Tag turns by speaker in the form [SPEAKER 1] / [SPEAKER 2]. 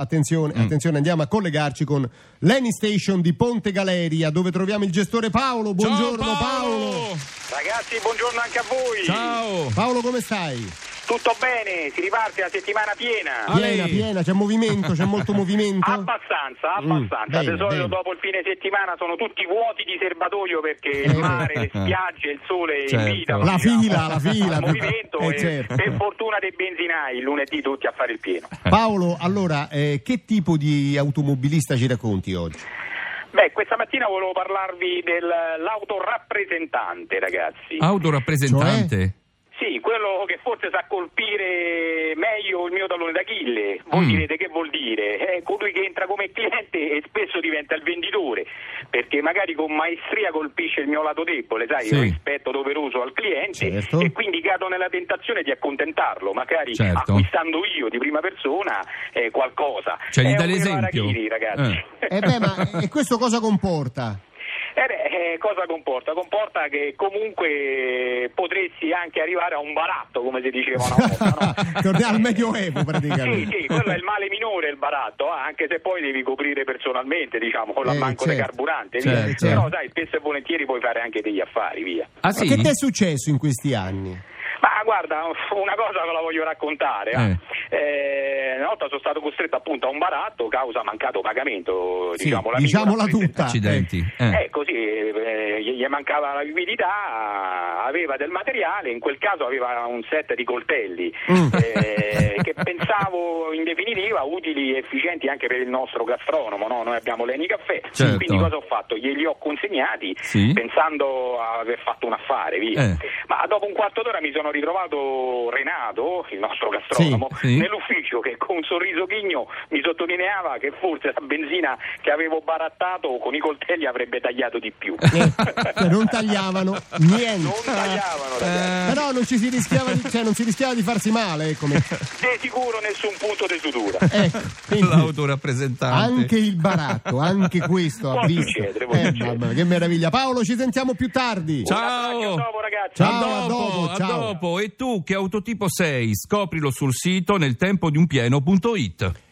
[SPEAKER 1] Attenzione,
[SPEAKER 2] Mm.
[SPEAKER 1] attenzione, andiamo a collegarci con l'Any Station di Ponte Galeria dove troviamo il gestore Paolo. Buongiorno
[SPEAKER 2] Ciao
[SPEAKER 1] Paolo.
[SPEAKER 3] Ragazzi, buongiorno anche a voi.
[SPEAKER 2] Ciao!
[SPEAKER 1] Paolo, come stai?
[SPEAKER 3] Tutto bene? Si riparte la settimana piena?
[SPEAKER 2] Ah,
[SPEAKER 1] Piena,
[SPEAKER 2] lei.
[SPEAKER 1] piena, c'è movimento, c'è molto
[SPEAKER 3] Ah,
[SPEAKER 1] movimento.
[SPEAKER 3] Abbastanza,
[SPEAKER 1] Mm,
[SPEAKER 3] abbastanza.
[SPEAKER 1] bene,
[SPEAKER 3] Di solito
[SPEAKER 1] bene.
[SPEAKER 3] dopo il fine settimana sono tutti vuoti di serbatoio perché
[SPEAKER 1] Eh,
[SPEAKER 3] il mare, le spiagge, il sole
[SPEAKER 2] Certo.
[SPEAKER 3] invitano.
[SPEAKER 1] La
[SPEAKER 3] diciamo,
[SPEAKER 1] fila, la fila.
[SPEAKER 3] al movimento
[SPEAKER 1] Eh,
[SPEAKER 3] e
[SPEAKER 1] certo.
[SPEAKER 3] per fortuna dei benzinai, il lunedì tutti a fare il pieno.
[SPEAKER 1] Paolo, allora, eh, che tipo di automobilista ci racconti oggi?
[SPEAKER 3] Beh, questa mattina volevo parlarvi dell'autorappresentante, ragazzi.
[SPEAKER 1] Ah,
[SPEAKER 2] Autorappresentante.
[SPEAKER 3] Sì, quello che forse sa colpire meglio il mio tallone d'Achille. Voi
[SPEAKER 2] Mm.
[SPEAKER 3] direte che vuol dire? È colui che entra come cliente e spesso diventa il venditore, perché magari con maestria colpisce il mio lato debole, sai,
[SPEAKER 2] Sì.
[SPEAKER 3] il rispetto doveroso al cliente
[SPEAKER 1] Certo.
[SPEAKER 3] e quindi cado nella tentazione di accontentarlo, magari
[SPEAKER 2] Certo.
[SPEAKER 3] acquistando io di prima persona eh, qualcosa.
[SPEAKER 2] Cioè, gli
[SPEAKER 3] È
[SPEAKER 2] dà
[SPEAKER 3] un vero
[SPEAKER 2] l'esempio.
[SPEAKER 3] Arachiri, ragazzi.
[SPEAKER 1] Eh beh, ma e questo cosa comporta?
[SPEAKER 3] Eh beh, eh, cosa comporta? Comporta che comunque potresti anche arrivare a un baratto, come si diceva una
[SPEAKER 1] Cioè?
[SPEAKER 3] volta, no?
[SPEAKER 1] Torniamo Ah, al Medioevo
[SPEAKER 3] Sì,
[SPEAKER 1] praticamente.
[SPEAKER 3] sì, quello è il male minore il baratto, ah, anche se poi devi coprire personalmente, diciamo, con
[SPEAKER 1] Eh,
[SPEAKER 3] l'ammanco di
[SPEAKER 1] certo.
[SPEAKER 3] carburante,
[SPEAKER 2] Certo,
[SPEAKER 3] via.
[SPEAKER 2] certo.
[SPEAKER 3] Però sai, spesso e volentieri puoi fare anche degli affari, via.
[SPEAKER 2] Ah
[SPEAKER 1] Ma
[SPEAKER 2] sì?
[SPEAKER 1] Che ti è successo in questi anni?
[SPEAKER 3] Ma guarda, una cosa ve la voglio raccontare. ah. Eh, una volta sono stato costretto appunto a un baratto causa mancato pagamento,
[SPEAKER 2] Sì,
[SPEAKER 3] diciamo, la
[SPEAKER 1] Diciamola
[SPEAKER 3] minima-
[SPEAKER 1] tutta.
[SPEAKER 2] Accidenti. Eh.
[SPEAKER 3] Eh, così eh, gli gli mancava la liquidità, aveva del materiale, in quel caso aveva un set di coltelli
[SPEAKER 1] Mm.
[SPEAKER 3] eh, che pensavo in definitiva utili e efficienti anche per il nostro gastronomo. no? Noi abbiamo l'Eni Caffè,
[SPEAKER 2] Certo.
[SPEAKER 3] quindi cosa ho fatto? Glieli ho consegnati
[SPEAKER 2] Sì.
[SPEAKER 3] pensando a aver fatto un affare, via.
[SPEAKER 2] Eh.
[SPEAKER 3] Ma dopo un quarto d'ora mi sono ritrovato Renato, il nostro gastronomo,
[SPEAKER 2] Sì, sì.
[SPEAKER 3] nell'ufficio che con un sorriso ghigno mi sottolineava che forse la benzina che avevo barattato con i coltelli avrebbe tagliato di più.
[SPEAKER 1] Eh, cioè, non tagliavano niente.
[SPEAKER 3] Non tagliavano,
[SPEAKER 2] Eh.
[SPEAKER 3] ragazzi.
[SPEAKER 1] Eh, Però non ci si rischiava di, cioè, non si rischiava di farsi male, eh, come...
[SPEAKER 3] Di sicuro nessun punto di sutura.
[SPEAKER 1] Ecco, quindi
[SPEAKER 2] L'autorappresentante.
[SPEAKER 1] anche il baratto, anche questo ha
[SPEAKER 3] Può
[SPEAKER 1] visto.
[SPEAKER 3] succedere, può
[SPEAKER 1] eh,
[SPEAKER 3] succedere.
[SPEAKER 1] mamma, mia, che meraviglia. Paolo, ci sentiamo più tardi.
[SPEAKER 2] Ciao.
[SPEAKER 3] Un abbraccio, a dopo, ragazzi.
[SPEAKER 1] Ciao.
[SPEAKER 2] a dopo,
[SPEAKER 1] a dopo,
[SPEAKER 2] a
[SPEAKER 1] ciao.
[SPEAKER 2] dopo. E tu che autotipo sei? Scoprilo sul sito nel tempo di un pieno.it.